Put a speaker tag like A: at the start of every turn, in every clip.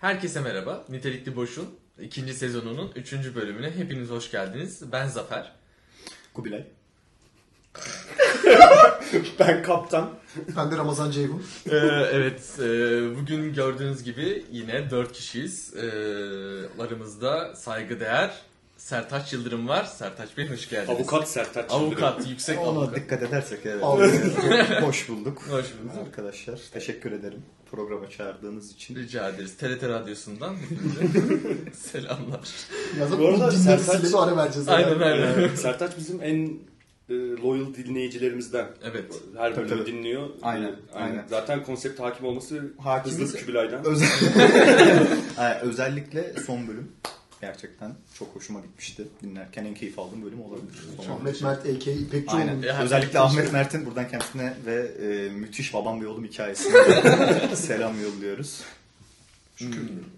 A: Herkese merhaba. Nitelikli Boş'un ikinci sezonunun üçüncü bölümüne hepiniz hoş geldiniz. Ben Zafer.
B: Kubilay. ben kaptan.
C: Ben de Ramazan Ceyhun.
A: Ee, evet, e, bugün gördüğünüz gibi yine dört kişiyiz. Ee, aramızda saygıdeğer Sertaç Yıldırım var. Sertaç Bey hoş geldiniz.
B: Avukat Sertaç.
A: Avukat, yüksek
D: Ona
A: avukat.
D: dikkat edersek evet. Hoş bulduk.
A: Hoş bulduk.
D: Arkadaşlar teşekkür ederim programa çağırdığınız için.
A: Rica ederiz. TRT Radyosu'ndan selamlar.
C: Yazıp
B: Bu
C: bu
B: arada
C: dinleri
B: Sertaç-
C: silip sonra vereceğiz.
A: Aynen
C: herhalde.
A: aynen.
B: Avukat. Sertaç bizim en e, loyal dinleyicilerimizden.
A: Evet.
B: Her bölümü
D: tabii.
B: dinliyor.
D: Aynen,
B: E,
D: aynen.
B: Zaten konsept hakim olması
D: Hakimiz-
B: hızlı Kubilay'dan.
D: Özellikle, özellikle son bölüm gerçekten çok hoşuma gitmişti. Dinlerken en keyif aldığım bölüm olabilir. Son bölüm.
C: Ahmet Mert A.K. İpekçioğlu.
D: Aynen.
A: Ya,
D: Özellikle
A: Ahmet-
D: Ahmet Mert'in buradan kendisine ve e, müthiş babam ve oğlum hikayesine selam yolluyoruz.
A: Hmm.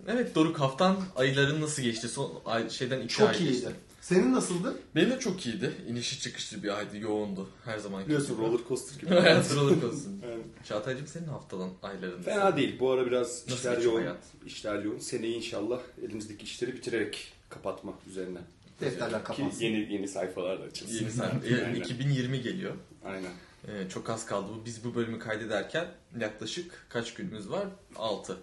A: Evet Doruk haftan ayların nasıl geçti? Son ay, şeyden iki ay
C: Çok
A: geçti.
C: iyiydi. Senin nasıldı?
A: Benim de çok iyiydi. İnişi çıkışlı bir aydı. Yoğundu. Her zaman
B: Biliyorsun roller coaster gibi.
A: Hayat sıralık olsun.
B: Yani
A: Çağatay'cığım senin haftadan, ayların.
B: Fena değil. Bu ara biraz
A: Nasıl
B: işler
A: geçiyor
B: yoğun.
A: hayat?
B: İşler yoğun. Seneyi inşallah elimizdeki işleri bitirerek kapatma üzerine.
C: Defterler
B: Ki
C: kapansın.
B: yeni yeni sayfalar da açılsın.
A: Yeni sen, e,
B: Aynen.
A: 2020 geliyor.
B: Aynen.
A: Ee, çok az kaldı. Bu- Biz bu bölümü kaydederken yaklaşık kaç günümüz var? 6.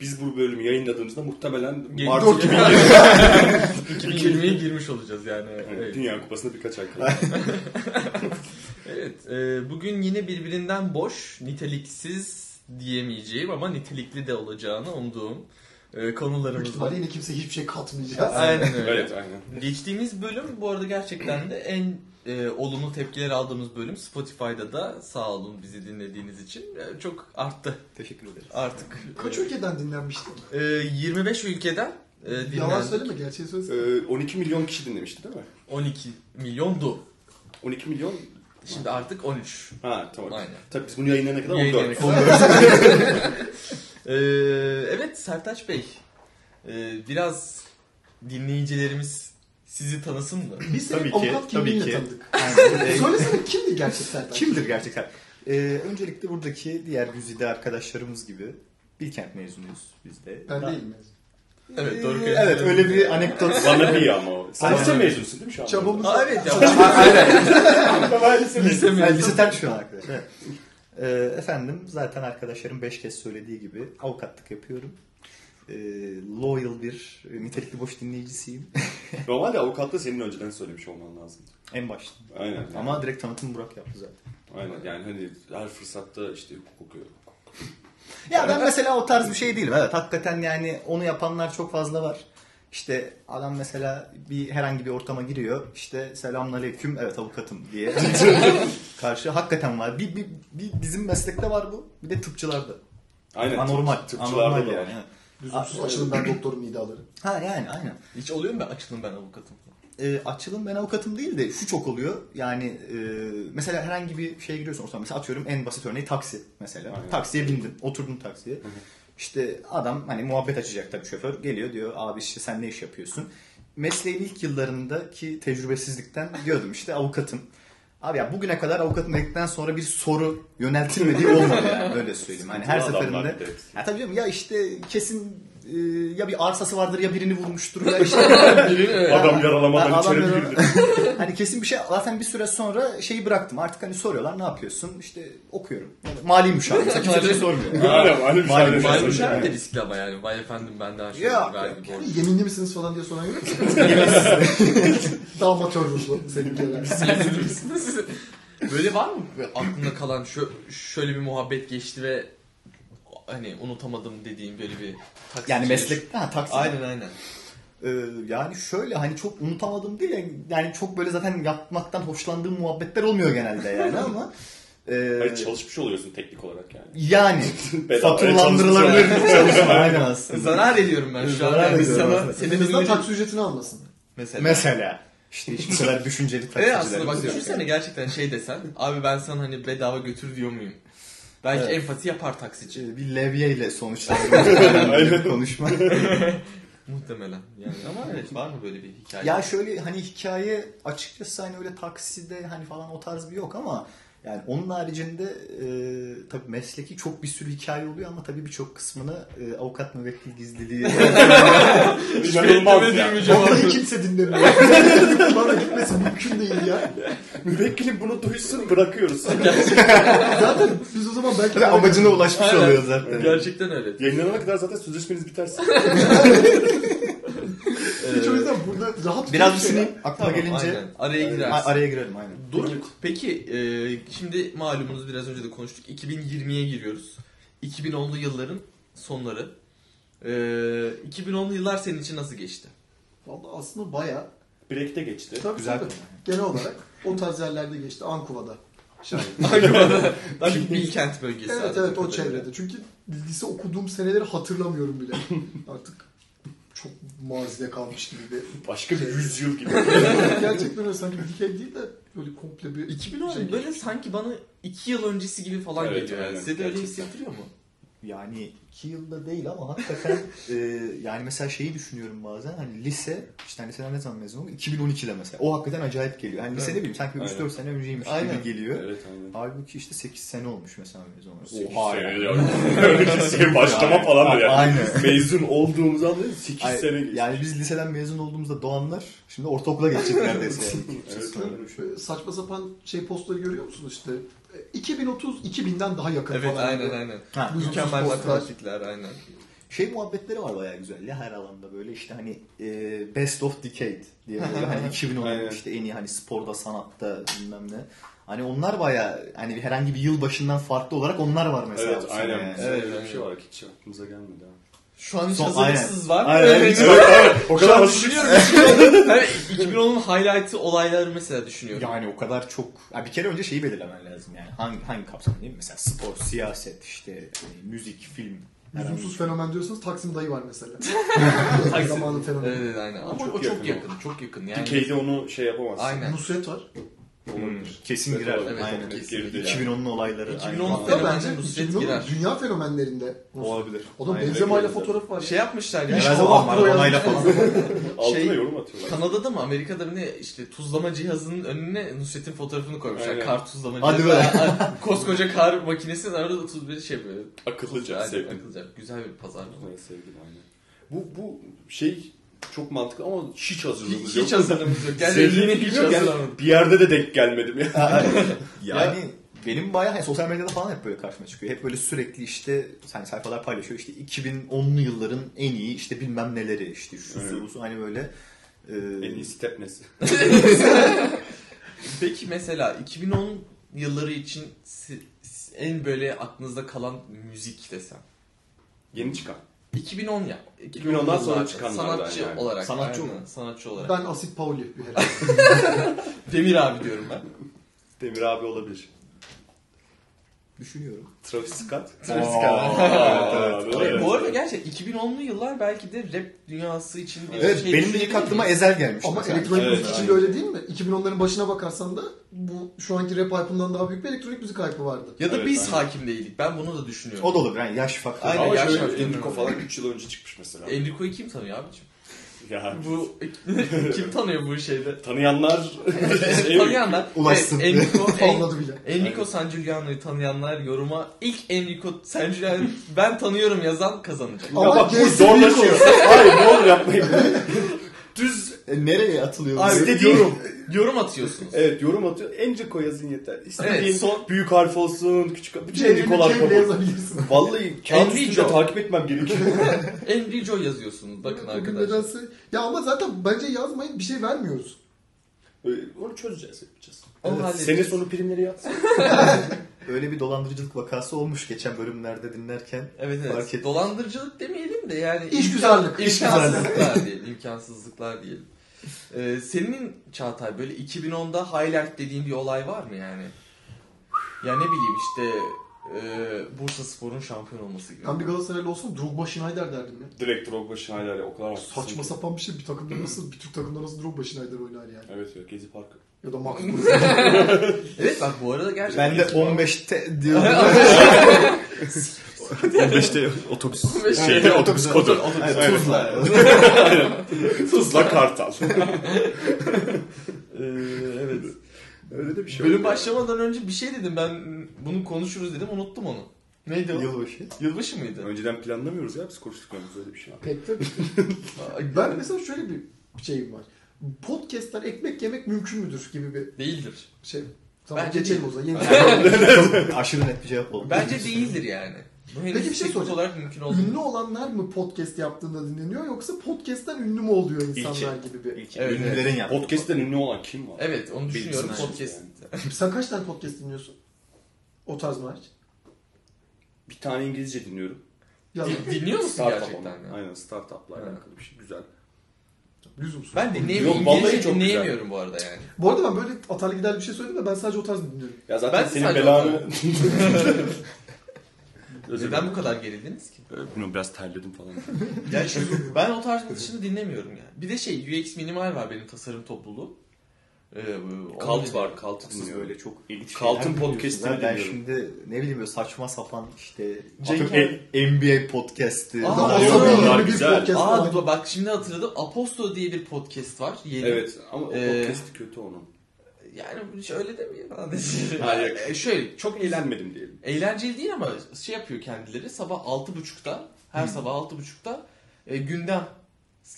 B: Biz bu bölümü yayınladığımızda muhtemelen Mart
A: 2020'ye girmiş olacağız yani. Evet.
B: Dünya Kupası'nda birkaç ay kaldı.
A: Evet, e, bugün yine birbirinden boş, niteliksiz diyemeyeceğim ama nitelikli de olacağını umduğum e,
C: Büyük
A: konularımız var.
C: ihtimalle yine kimse hiçbir şey katmayacağız.
A: Aynen öyle.
B: evet aynen.
A: Geçtiğimiz bölüm bu arada gerçekten de en e, olumlu tepkiler aldığımız bölüm. Spotify'da da sağ olun bizi dinlediğiniz için e, çok arttı
D: Teşekkür ederiz.
A: artık.
C: Kaç
A: E,
C: ülkeden dinlenmişti?
A: e, 25 ülkeden e,
C: Yalan
A: dinlendi.
C: söyleme gerçeği söylesene.
B: Ee, 12 milyon kişi dinlemişti değil mi?
A: 12 milyondu.
B: 12 milyon?
A: Şimdi artık 13.
B: Ha tamam.
A: Aynen.
B: Tabii biz bunu yayınlayana kadar
A: Yayın
B: 14.
A: yönetmeni. Ee, evet Sertaç Bey. Ee, biraz dinleyicilerimiz sizi tanısın mı?
C: Biz senin
D: tabii ki, tabii
C: avukat kimliğinle
D: ki.
C: tanıdık.
D: Aynen. E,
C: Söylesene kimdi gerçekten?
D: Kimdir gerçekten? Ee, öncelikle buradaki diğer güzide arkadaşlarımız gibi Bilkent mezunuyuz biz de.
C: Ben değilim.
A: E, Evet doğru
D: Ee, Evet öyle bir anekdot.
B: Bana bir ama o. Sen
D: Aynen.
B: lise mezunsun değil mi şu an?
C: Çabamız
A: Aa, evet ya.
B: Maalesef.
A: Lise
D: Ha,
A: mezunu.
D: Lise terk şu an arkadaşlar. Evet. Ee, efendim zaten arkadaşlarım beş kez söylediği gibi avukatlık yapıyorum. Ee, loyal bir e, nitelikli boş dinleyicisiyim.
B: Normalde avukatla senin önceden söylemiş olman lazım.
D: en başta.
B: Aynen.
D: Ama direkt tanıtım Burak yaptı zaten.
B: Aynen yani hani her fırsatta işte hukuk okuyor.
D: Ya ben mesela o tarz bir şey değilim. Evet hakikaten yani onu yapanlar çok fazla var. İşte adam mesela bir herhangi bir ortama giriyor. İşte selamünaleyküm evet avukatım diye. Karşı hakikaten var. Bir, bir, bir bizim meslekte var bu. Bir de tıpçılarda.
B: Aynen.
D: Anormal.
B: Tıp- tıpçılarda
D: Anormal
B: da var.
D: yani. evet.
C: Lüzumsuz açılım ben doktorum idaları.
D: Ha yani aynen.
A: Hiç oluyor mu ben açılım ben avukatım?
D: e, açılım ben avukatım değil de şu çok oluyor. Yani e, mesela herhangi bir şeye giriyorsun ortam. Mesela atıyorum en basit örneği taksi mesela.
B: Aynen.
D: Taksiye bindin. Oturdun taksiye. işte adam hani muhabbet açacak tabii şoför. Geliyor diyor abi işte sen ne iş yapıyorsun? Mesleğin ilk yıllarındaki tecrübesizlikten diyordum işte avukatım. Abi ya bugüne kadar avukatım dedikten sonra bir soru yöneltilmediği olmadı yani öyle söyleyeyim. Hani her
B: Sıkıntılı adamlar
D: seferinde
B: bir de hepsi.
D: ya tabii canım ya işte kesin e, ya bir arsası vardır ya birini vurmuştur ya işte
B: Adam yaralamadan
D: Ha,
B: içeri
D: adam
B: girdi.
D: hani kesin bir şey zaten bir süre sonra şeyi bıraktım. Artık hani soruyorlar ne yapıyorsun? İşte okuyorum. Yani mali müşavir. Mesela kimse bir şey sormuyor.
B: Aynen. Hani şey Aynen.
D: Maalesef.
B: Aynen.
A: Malum şer de riskli ama yani. Vay efendim ben daha şey
D: Yok,
A: vergi borcu.
C: Yeminli misiniz falan diye soran yok mu? Daha amatör ruhlu senin gelen.
A: Böyle var mı böyle aklında kalan şö- şöyle bir muhabbet geçti ve hani unutamadım dediğim böyle bir taksici-
D: Yani meslekte ha taksi.
A: Aynen aynen.
D: Ee, yani şöyle hani çok unutamadım değil yani, yani çok böyle zaten yapmaktan hoşlandığım muhabbetler olmuyor genelde yani ama e,
B: Hayır çalışmış oluyorsun teknik olarak yani.
D: yani
B: Bedava e,
D: faturalandırılabilir çalışma aynen aslında.
A: Zarar ediyorum ben şu an.
D: Zarar
A: Yani
D: ediyorum
A: sana
D: aslında.
A: senin
C: Seninizden taksi ücretini almasın.
A: mesela.
D: Mesela işte hiç bu kadar düşünceli
A: Evet
D: taksiciler.
A: aslında bak düşünsene gerçekten şey desen. Abi ben sana hani bedava götür diyor muyum? Belki
D: Evet.
A: empati yapar taksici.
D: Ee, bir levyeyle sonuçlanıyor konuşma.
A: Muhtemelen. Yani ama evet var mı böyle bir hikaye?
D: Ya şöyle hani hikaye açıkçası hani öyle takside hani falan o tarz bir yok ama Yani onun haricinde e, tabii mesleki çok bir sürü hikaye oluyor ama tabii birçok kısmını e, avukat müvekkil gizliliği.
B: İnanılmaz ya.
A: Beklemediğim bir cevap.
C: Vallahi kimse dinlemiyor. Bana gitmesi mümkün değil ya.
B: Müvekkilim bunu duysun bırakıyoruz.
C: Zaten biz o zaman belki...
D: Amacına ulaşmış
A: Aynen.
D: oluyor zaten.
A: Gerçekten öyle.
B: Yayınlanana kadar zaten sözleşmeniz bitersin.
C: Hiç o yüzden burada rahat
D: Biraz
C: konuşuyor ya.
D: düşüneyim. Aklıma gelince
A: Aynen. Araya girersin.
D: A- araya girelim aynen.
A: Doruk peki e, şimdi malumunuz biraz önce de konuştuk 2020'ye giriyoruz. 2010'lu yılların sonları. E, 2010'lu yıllar senin için nasıl geçti?
C: Vallahi aslında baya
B: Break'te geçti.
C: tabii
D: Güzel
C: tabii.
D: konu.
C: Genel olarak o tarz yerlerde geçti. Ankuva'da. Şahin.
A: Çünkü Bilkent bölgesi.
C: Evet
A: anladığım
C: evet o
A: kadarıyla.
C: çevrede. Çünkü bilgisi okuduğum seneleri hatırlamıyorum bile. Artık çok mazide kalmış gibi bir
B: Başka bir yüzyıl gibi.
C: Gerçekten öyle sanki dikey değil de böyle komple bir...
A: 2010
C: Şey-
A: böyle sanki bana 2 yıl öncesi gibi falan
B: Evet,
A: geliyor. Yani.
B: aynen,
A: Size de öyle
B: gerçekten.
A: hissettiriyor mu?
D: Yani iki yılda değil ama hakikaten e, yani mesela şeyi düşünüyorum bazen hani lise işte hani liseden ne zaman mezun oldum? 2012'de mesela. O hakikaten acayip geliyor. Hani lise
A: Evet.
D: ne bileyim sanki
B: Aynen.
D: 3-4 sene önceymiş
A: Aynen.
D: gibi geliyor.
B: evet aynen.
D: Halbuki işte 8 sene olmuş mesela mezun olalı.
B: Sekiz sene ya. Öyle bir şey başlama falan da yani.
D: Aynen.
B: Mezun olduğumuz anda 8
D: Ay-
B: sene geçti.
D: yani biz liseden mezun olduğumuzda doğanlar şimdi ortaokula geçecek neredeyse. Yani.
B: Evet,
D: Öyle
B: öyle.
D: bir şey.
C: Şöyle saçma sapan şey postları görüyor musunuz işte? E, 2030 2000'den daha yakın
A: Evet
C: falan.
A: aynen aynen.
D: Ha.
C: Lüzumsuz
A: Mükemmel
C: postlar.
A: matematikler aynen.
D: Şey muhabbetleri var bayağı güzel ya her alanda böyle işte hani e, best of decade diye böyle hani 2010
B: Aynen.
D: işte en iyi hani sporda sanatta bilmem ne. Hani onlar bayağı hani herhangi bir yıl başından farklı olarak onlar var mesela.
B: Evet
D: bu sene
B: aynen.
D: yani.
B: Bize
A: Evet,
B: öyle bir
A: aynen.
B: şey var ki hiç aklımıza gelmedi. ha.
A: Şu an hiç
D: Son-
A: hazırlıksız var.
D: Aynen,
A: Evet.
D: hiç-
B: Evet evet. O
A: Şu
B: kadar
A: an
B: basit.
A: düşünüyorum. 2010'un hani 2010'un highlight'ı olayları mesela düşünüyorum.
D: Yani o kadar çok. Ya bir kere önce şeyi belirlemen lazım yani hangi hangi kapsam değil mi? Mesela spor, siyaset, işte hani müzik, film. herhangi-
C: Lüzumsuz fenomen diyorsanız Taksim dayı var mesela.
A: Taksim-
C: Zamanın fenomeni.
A: Evet evet, aynen. Ama
B: Çok
A: o çok
B: yakın
A: yakın. Çok yakın yani.
B: Dikeyde onu şey yapamazsın.
A: Aynen. Hmm.
C: Nusret var.
B: Olabilir.
D: Kesin girer.
B: olabilir.
D: Aynen.
A: Evet,
B: Girdi
A: kesinlikle.
B: yani.
D: 2010'lu olayları.
A: 2010
D: aynı.
C: Hatta
A: Fenomen
C: bence
A: Nusret
C: 2010
A: girer.
C: dünya fenomenlerinde.
D: olabilir.
C: O da
D: Aynen.
C: Benzema ile
B: Aynen.
C: fotoğraf var.
A: Şey
C: Şey,
A: yapmışlar ya.
D: Herhalde
C: İnşallah
D: Maradona'yla falan.
B: Altına
A: Şey-
B: yorum atıyorlar.
A: Kanada'da mı Amerika'da mı ne işte tuzlama cihazının önüne Nusret'in fotoğrafını koymuşlar.
B: Aynen.
A: Kar tuzlama
D: Hadi
A: cihazı.
D: be.
A: Ay- Koskoca kar makinesinin arada tuz bir şey böyle.
B: Akıllıca
A: Aynen,
B: sevdim.
A: akıllıca. Güzel bir pazarlama.
B: Evet, sevdim aynen. Bu, bu şey çok mantıklı ama hiç hazırlığımız
A: Hiç,
B: yok.
A: hiç hazırlığımız yok. Yani
B: Zerre
A: yine hiç
B: bilmiyorum yani.
A: hazırlamadım.
B: Bir yerde de denk gelmedim ya.
D: Yani benim bayağı hani sosyal medyada falan hep böyle karşıma çıkıyor. Hep böyle sürekli işte hani sayfalar paylaşıyor. İşte 2010'lu yılların en iyi işte bilmem neleri işte şu
B: Evet.
D: su bu su hani böyle e,
B: en iyi step nesi?
A: Peki mesela 2010 yılları için si- si- en böyle aklınızda kalan müzik desem.
B: Yeni çıkan.
A: 2010 ya.
B: 2010'dan sonra
A: yıllarda
B: çıkanlardan
A: sanatçı
B: yani.
A: olarak.
D: Sanatçı
A: Aynen,
D: mı?
A: Sanatçı olarak.
C: ben Asit Pauli bir herhalde.
A: Demir abi diyorum ben.
B: Demir abi olabilir.
D: düşünüyorum.
B: Travis Scott.
A: Travis Scott.
B: Evet.
A: Bu arada gerçekten 2010'lu yıllar belki de rap dünyası için bir
D: Evet
A: şey
D: benim de ilk
A: düşünebilir
D: aklıma
A: miyiz?
D: Ezel gelmişti.
C: Ama
D: mesela.
C: elektronik
B: Evet,
C: müzik için de
B: aynen.
C: öyle değil mi? 2010'ların başına bakarsan da bu şu anki rap hype'ından daha büyük bir elektronik müzik hype'ı vardı.
A: Ya da
B: Evet,
A: biz
B: aynen.
A: hakim değildik. Ben bunu da düşünüyorum.
D: E- O da olur yani yaş faktörü.
A: Aynen,
B: Ama
A: yaş
B: şöyle
A: farkı
B: Enrico
A: önemli.
B: falan 3 yıl önce çıkmış mesela.
A: Enrico'yu kim tanıyor abicim?
B: Ya.
A: Bu kim tanıyor bu şeyde?
B: Tanıyanlar Şey-
A: Tanıyanlar.
D: Ulaşsın.
A: Evet, Enrico, en,
C: Anladı bile.
A: Enrico San Giuliano'yu tanıyanlar yoruma ilk Enrico San Giuliano'yu ben tanıyorum yazan kazanacak.
B: Ya bak bu
C: gerisi
B: zorlaşıyor. Hayır ne olur yapmayın.
A: Düz
D: E, nereye atılıyoruz?
A: abi
B: İstediğin-
A: yorum yorum atıyorsunuz.
B: Evet yorum atıyor. Enrico yazın yeter. İstediğin
A: Evet, son-
B: büyük harf olsun, küçük harf.
A: şey
B: Bütün
C: Cem'in
B: Enrico'lar
C: Cem'le
B: kapalı.
C: yazabilirsin.
B: Vallahi kağıt
A: Enrico.
B: üstünde takip etmem gerekiyor.
A: Enrico yazıyorsunuz bakın
C: Bugün
A: arkadaşlar.
C: nedense- Ya ama zaten bence yazmayın bir şey vermiyoruz.
B: Ee, Onu çözeceğiz, yapacağız.
A: Onu
B: Evet,
A: halledeceğiz.
B: Sene sonu primleri yatsın.
D: Öyle bir dolandırıcılık vakası olmuş geçen bölümlerde dinlerken.
A: Evet evet.
D: Fark ettim.
A: Dolandırıcılık demeyelim de yani
C: İş
A: imkan-
C: güzellik, iş
A: imkansızlıklar diyelim, imkansızlıklar diyelim. Ee, senin Çağatay böyle 2010'da highlight dediğin bir olay var mı yani? Ya ne bileyim işte e, Bursa Spor'un şampiyon olması gibi.
C: Ben bir Galatasaraylı olsam Drogba Schneider derdim ya.
B: Direkt Drogba Schneider o kadar haklısın
C: Saçma
B: ki.
C: sapan bir şey. Bir takımda nasıl, bir Türk takımda nasıl Drogba Schneider oynar yani.
B: Evet evet Gezi Parkı.
C: Ya da Max
A: Evet bak bu arada gerçekten.
D: Ben de 15'te diyorum.
B: 15'te Şey, otobüs.
A: Şeyde
D: otobüs
A: kodu.
D: Hayır, Tuzla.
B: Ee, Tuzla Kartal.
A: Ee, evet.
B: Öyle de bir şey
A: Bölüm
B: oldu ya.
A: başlamadan önce bir şey dedim ben bunu konuşuruz dedim unuttum onu. Neydi o?
D: Yılbaşı.
A: Yılbaşı mıydı?
B: Önceden planlamıyoruz ya biz koşturmuyoruz öyle bir şey.
C: Pek de-
A: Aa,
C: ben mesela şöyle bir şeyim var. Podcast'ten ekmek yemek mümkün müdür gibi bir
A: Değildir.
C: şey. Tamam
A: Bence
C: geçelim
A: değil.
C: o zaman. Yeni
D: Aşırı net bir cevap oldu.
A: Bence değildir yani. Bu henüz
C: Peki bir şey
A: teknik
C: soracağım.
A: olarak mümkün olmuyor.
C: ünlü olanlar mı podcast yaptığında dinleniyor yoksa podcast'ten ünlü mü oluyor insanlar gibi bir.
D: İlki
A: Evet,
D: ünlülerin yaptığı.
B: Podcast'ten ünlü olan kim var?
A: Evet onu düşünüyorum
B: Bilgisayar
A: podcast.
C: Sen kaç tane podcast dinliyorsun? O tarz mı hariç?
B: Bir tane İngilizce dinliyorum.
C: Ya
A: Din- Dinliyor musun
B: Startup
A: gerçekten?
B: ama.
A: ya?
B: Aynen startup'la
A: Evet.
B: alakalı bir şey. Güzel.
C: lüzumsuz.
A: Ben
B: Yok,
A: dinleyemiyorum.
B: vallahi
A: İngilizce
B: çok güzel.
A: dinleyemiyorum bu arada yani.
C: Bu arada ben böyle atarlı gider bir şey söyledim de ben sadece o tarz dinliyorum.
B: Ya zaten
A: Ben de
B: senin
A: sadece
B: belanı... Özür
A: Neden
B: dilerim.
A: bu kadar gerildiniz ki?
B: Ee, Bilmiyorum biraz terledim falan.
A: Yani çünkü ben o tarz kısmını dinlemiyorum yani. Bir de şey UX Minimal var benim tasarım topluluğu. Ee, bu-
B: Kalt var, Kalt'ı
D: Siz
B: dinliyorum.
D: öyle çok ilginç
B: Kaltın
D: şeyler biliyorsunuz.
B: podcast'ini
D: Ben- Ben
B: dinliyorum.
D: şimdi ne bileyim böyle saçma sapan işte
A: Cenk
D: atıyorum
A: abi.
D: e- NBA podcast'i.
A: Aa,
C: Daha
A: yok,
C: sonra
B: bunlar
C: yeni bir
B: güzel.
C: podcast
A: Aa
C: var.
A: dur, bak şimdi hatırladım. Aposto diye bir podcast var. Yeni.
B: Evet ama o
A: Ee,
B: podcast kötü onun.
A: Yani şöyle demeyin.
B: Hayır, yok.
A: Ee, şöyle çok eğlen
B: Eğlenmedim diyelim.
A: eğlenceli değil ama şey yapıyor kendileri. Sabah 6.30'da her sabah 6.30'da e, gündem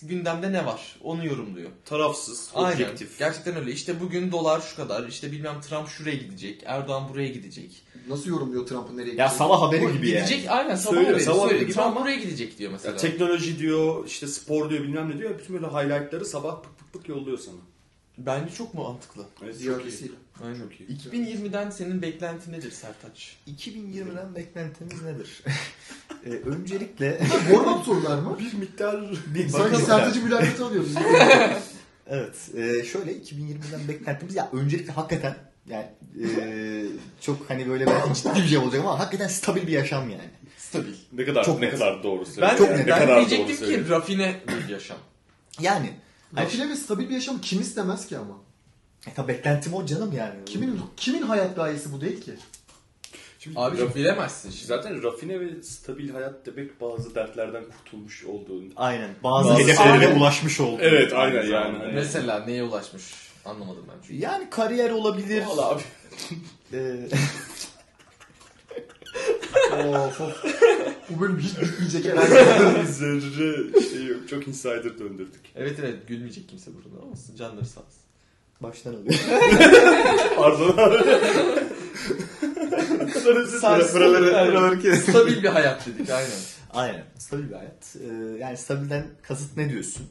A: gündemde ne var onu yorumluyor.
B: Tarafsız,
A: Aynen.
B: objektif.
A: Gerçekten öyle. İşte bugün dolar şu kadar. İşte bilmem Trump şuraya gidecek. Erdoğan buraya gidecek.
C: Nasıl yorumluyor Trump'ın nereye
D: Ya sabah haberi
A: Bu-
D: gibi yani.
A: gidecek aynen sabah
B: Söylüyor,
A: haberi
B: sabah haberi
A: söylüyor.
B: gibi
A: Trump
B: ama-
A: buraya gidecek diyor mesela.
B: Ya teknoloji diyor, işte spor diyor, bilmem ne diyor. Ya Bütün böyle highlightları sabah pık pık pık yolluyor sana.
A: Bence çok mantıklı.
B: Evet, çok iyi.
C: ziyaretiyle?
A: Aynen.
B: Çok iyi.
A: 2020'den senin beklentin nedir Sertaç?
D: 2020'den beklentiniz nedir? Ee, öncelikle
C: Warm-up sorular mı?
B: Bir miktar...
D: bir
C: Sanki
D: bakalım.
C: sertacı mülaketi alıyoruz.
D: Evet. e, şöyle 2020'den beklentimiz ya öncelikle hakikaten yani e, çok hani böyle belki ciddi bir şey olacak ama hakikaten stabil bir yaşam yani.
A: Stabil.
B: Ne kadar,
D: Çok
B: ne
D: net.
B: kadar doğru
A: Ben,
B: söylüyorsun.
D: Çok
B: Yani
D: net.
B: ne
A: ben
B: kadar doğru
A: diyecektim
B: söylüyorsun.
A: ki rafine bir yaşam.
D: Yani
C: Rafine ve stabil bir yaşam kim istemez ki ama?
D: e, tabii beklentim o canım yani.
C: Kimin kimin hayat gayesi bu değil ki?
B: Şimdi
A: Abi
B: raf-
A: bilemezsin şimdi.
B: zaten rafine ve stabil hayat demek bazı dertlerden kurtulmuş olduğunu.
D: Aynen. Bazı,
B: Bazı-
D: hedeflere
C: Aynen.
D: ulaşmış oldu.
B: Evet, aynen yani.
D: zamanda.
A: Mesela neye ulaşmış anlamadım ben çünkü.
D: Yani kariyer olabilir.
B: Valla abi.
D: E,
C: of of. Bu bölüm hiç bitmeyecek herhalde.
B: Zerre şey yok. Çok insider döndürdük.
A: Evet evet gülmeyecek kimse burada ama canları sağ olsun.
D: baştan alıyorum.
B: Pardon abi.
A: Sarsın.
D: Buraları- buraları kes.
A: Stabil bir hayat dedik aynen.
D: Aynen. Stabil bir hayat. Ee, yani stabilden kasıt ne diyorsun?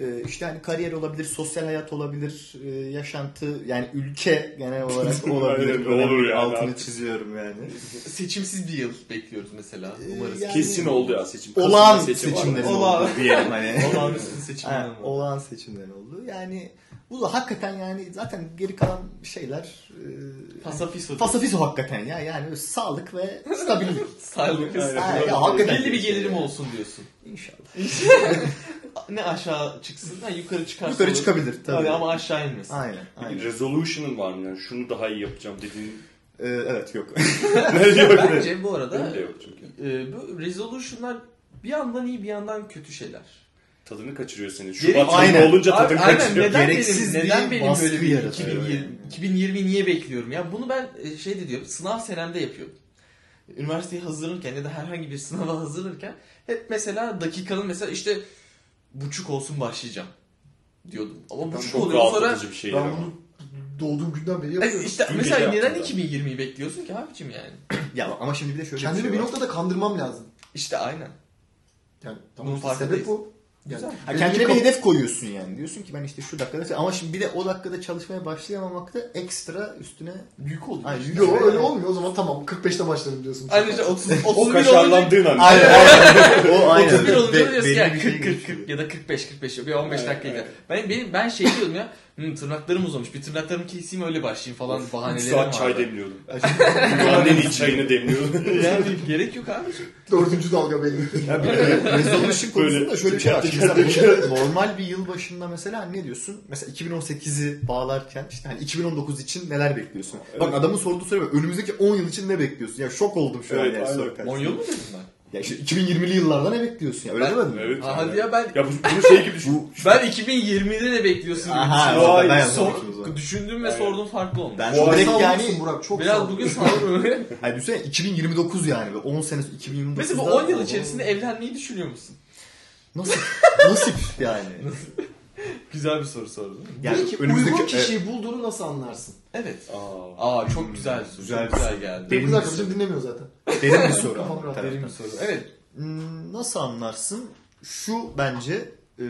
D: Ee, işte hani kariyer olabilir, sosyal hayat olabilir, e, yaşantı yani ülke genel olarak olabilir.
B: Aynen,
D: Önemli
B: olur
D: bir
B: yani
D: altını
B: artık.
D: çiziyorum yani.
A: Seçimsiz bir yıl bekliyoruz mesela.
D: Ee,
A: Umarız.
D: yani-
B: Kesin oldu ya seçim.
D: Olağan
B: Kasım'da seçim var.
D: seçimler oldu
A: Olağan.
D: diyelim hani.
A: Olağanüstü
D: Ha,
A: seçimler var.
D: olağan seçimler oldu. Yani bu da hakikaten yani zaten geri kalan şeyler e,
A: Pasafiso.
D: Fasafiso hakikaten ya yani öyle sağlık ve stabilik.
A: Sağlık.
B: Aynen.
D: Ha,
B: Doğru.
D: ya hakikaten
A: Belli bir gelirim olsun diyorsun.
D: İnşallah.
A: Ne aşağı çıksın ha yukarı çıkarsa
D: Yukarı
A: olur.
D: çıkabilir tabii.
A: Tabii ama aşağı inmesin.
D: Aynen.
B: Peki
D: aynen.
B: Resolution'ın var mı yani? Şunu daha iyi yapacağım dediğin.
D: Ee, evet yok.
B: ne yok ne?
A: Bence bu arada
B: Benim de yok çünkü.
A: e, bu resolution'lar bir yandan iyi bir yandan kötü şeyler.
B: Tadını kaçırıyor senin.
A: Geri-
B: Şubat ayı
D: Aynen.
B: olunca
A: Abi,
B: tadını
A: aynen
B: kaçırıyor.
A: neden
D: Gereksiz
A: benim,
D: bir
A: neden benim
D: baskı
A: böyle bir
D: yaratıyor
A: 2020,
D: yani.
A: 2020 niye bekliyorum? Ya bunu ben e, şey de diyorum sınav senemde yapıyordum. Üniversiteye hazırlanırken ya da herhangi bir sınava hazırlanırken hep mesela dakikanın mesela işte buçuk olsun başlayacağım diyordum. Ama buçuk
B: Çok
A: oluyor sonra
B: rahatlatıcı bir şey.
C: Ben bunu doğduğum günden beri
A: E,
C: yapıyorum.
A: işte
B: Dün gece
A: mesela neden
B: yaptım
A: 2020'yi bekliyorsun ki abicim yani?
D: ya ama şimdi bir de şöyle bir
C: Kendimi
D: şey
C: bir
D: var.
C: noktada kandırmam lazım.
A: İşte aynen. Bunun
C: Yani tamam işte
A: farkındayız.
C: sebep bu. Yani,
A: Güzel.
D: Ha,
C: belki
D: kendine bir
C: kap-
D: hedef koyuyorsun yani. Diyorsun ki ben işte şu dakikada ama şimdi bir de o dakikada çalışmaya başlayamamak da ekstra üstüne
A: Yük oluyor.
D: Ay, yük
C: Yok öyle olmuyor o zaman tamam 45'te başlarım diyorsun.
A: Ayrıca 30, 31
B: O
A: olunca
B: kaşarlandığın an.
D: Aynen aynen. o aynen.
A: 31 olunca
D: Be-
A: diyorsun ki
D: belli
A: yani
D: bir
A: 40
D: şey
A: 40
D: geçiyor.
A: 40 ya da 45 45 ya bir 15
B: Evet,
A: dakika
B: evet.
A: gider. Ben benim ben şey diyorum ya. "Hmm, tırnaklarım uzamış. Bir tırnaklarımı keseyim öyle başlayayım falan
B: Üç
A: bahanelerim var.
B: saat çay demliyordum.
D: Ya şimdi-
B: Dünyanın en iyi çayını demliyordum.
A: Yani gerek yok abi.
C: Dördüncü dalga belli.
D: Resolution konusunda
B: Böyle
D: şöyle bir şey var.
B: teker
D: Mesela
B: teker
D: böyle normal bir yıl başında mesela ne diyorsun? Mesela 2018'i bağlarken işte hani 2019 için neler bekliyorsun? Bak adamın sorduğu soruya bak önümüzdeki 10 yıl için ne bekliyorsun? Ya şok oldum şu an
B: Evet,
D: yani
B: aynen.
D: sorarken.
A: 10 yıl mu dedim ben?
D: Ya işte 2020'li yıllardan ne bekliyorsun ya? Öyle
A: Ben-
D: demedin mi?
B: Evet.
A: Ha,
B: yani.
A: hadi ya ben-
B: Ya bu, bunu şey gibi düşün.
D: Bu-
A: Ben 2020'de ne bekliyorsun? gibi
D: Aha,
A: düşündüm.
D: o kadar
A: Ay,
D: yazmamış
A: sor-
D: o zaman.
A: düşündüm ve
B: Aynen.
A: sordum farklı olmuş.
D: Ben
B: Bu
D: şu
B: arada
D: direkt
C: Sağ
D: yani
C: yani, Burak çok sağ
A: Biraz
C: ol.
A: bugün sağlam öyle.
D: hani düşünsene 2029 yani ve 10 sene 2029.
A: Mesela bu 10 yıl içerisinde evlenmeyi düşünüyor musun?
D: nasip nasip şey yani.
A: Güzel bir soru sordun.
D: Yani
C: Peki uygun kişiyi bulduğunu nasıl anlarsın?
A: Evet.
B: Aa.
A: Aa çok güzel bir soru.
D: Güzel
A: Güzel,
D: bir
A: güzel geldi.
D: Benim
C: Benim Kız
D: bir
C: arkadaşım
D: sorum.
C: dinlemiyor zaten.
D: e, derin bir soru
C: Tamam,
D: ama bir
C: rahat.
D: taraftan.
A: Derin bir soru. Evet.
D: Hmm, nasıl anlarsın? Şu bence e,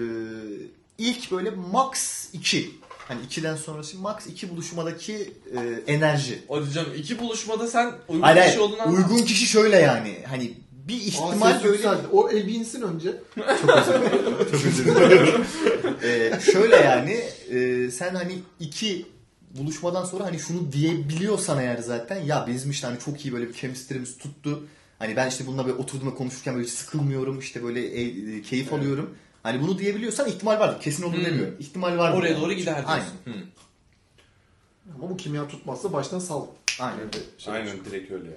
D: ilk böyle max 2 hani 2'den sonrası max 2 buluşmadaki e, enerji.
A: O diyeceğim iki buluşmada sen uygun
D: Hayır,
A: kişi
D: hayır.
A: olduğunu anladın.
D: uygun kişi şöyle yani hani bir
C: İhtimal
D: ihtimal
C: Aa,
D: böyle
C: yükseldi. O el bir insin önce.
D: Çok özür dilerim. Ee, şöyle yani e, sen hani iki buluşmadan sonra hani şunu diyebiliyorsan eğer zaten ya bizim işte hani çok iyi böyle bir chemistry'miz tuttu. Hani ben işte bununla böyle oturduğumda konuşurken böyle hiç sıkılmıyorum işte böyle e- e, keyif alıyorum. Hani bunu diyebiliyorsan ihtimal vardır. Kesin olur
A: Hmm.
D: demiyorum. İhtimal vardır.
A: Oraya
D: yani.
A: doğru gider
D: Aynen.
A: diyorsun. Hı.
C: Ama bu kimya tutmazsa baştan sal. şey.
D: Aynen.
B: Aynen direkt öyle ya.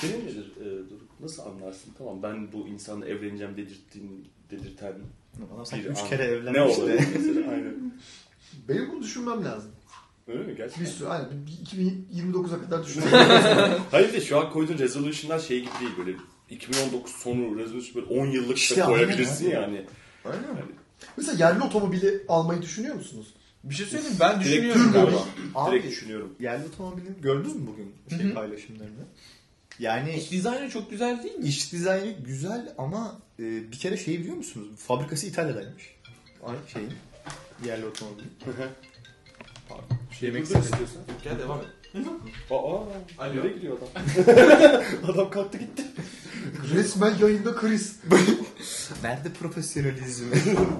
B: Senin nedir e, Doruk? Nasıl anlarsın? Tamam ben bu insanla evleneceğim dedirttiğin, dedirten
D: Adam sanki
B: Bir
D: üç
B: an.
D: kere
B: ne
D: evlenmiş
B: olabilir
D: de.
B: mesela? Aynen.
C: Benim bunu düşünmem lazım.
B: Öyle mi? Gerçekten.
C: Bir sürü aynen. bir- 2029'a kadar düşünüyorum.
B: Hayır bir de şu an koyduğun resolution'lar şey gibi değil böyle 2019 sonu resolution böyle 10 yıllık da
D: İşte
B: koyabilirsin
D: aynen.
B: yani.
D: Aynen.
C: Mesela yerli otomobili almayı düşünüyor musunuz?
A: Bir şey söyleyeyim mi? ben
B: Direkt
A: düşünüyorum
B: turbo.
A: galiba.
C: Abi.
B: Direkt düşünüyorum.
D: Yerli otomobilini gördünüz mü bugün şey paylaşımlarını? Yani
A: İç dizaynı çok güzel değil mi?
D: İç dizaynı güzel ama e, bir kere şeyi biliyor musunuz? Fabrikası İtalya'daymış.
A: Ay
D: Şeyin. Yerli otomobil.
A: Yemek
B: Dur, dur,
A: sepeti.
B: istiyorsan.
A: Gel devam et.
B: Aa,
A: Alo.
B: nereye gidiyor adam? adam kalktı gitti.
C: Resmen yayında kriz.
D: Nerede profesyonelizm?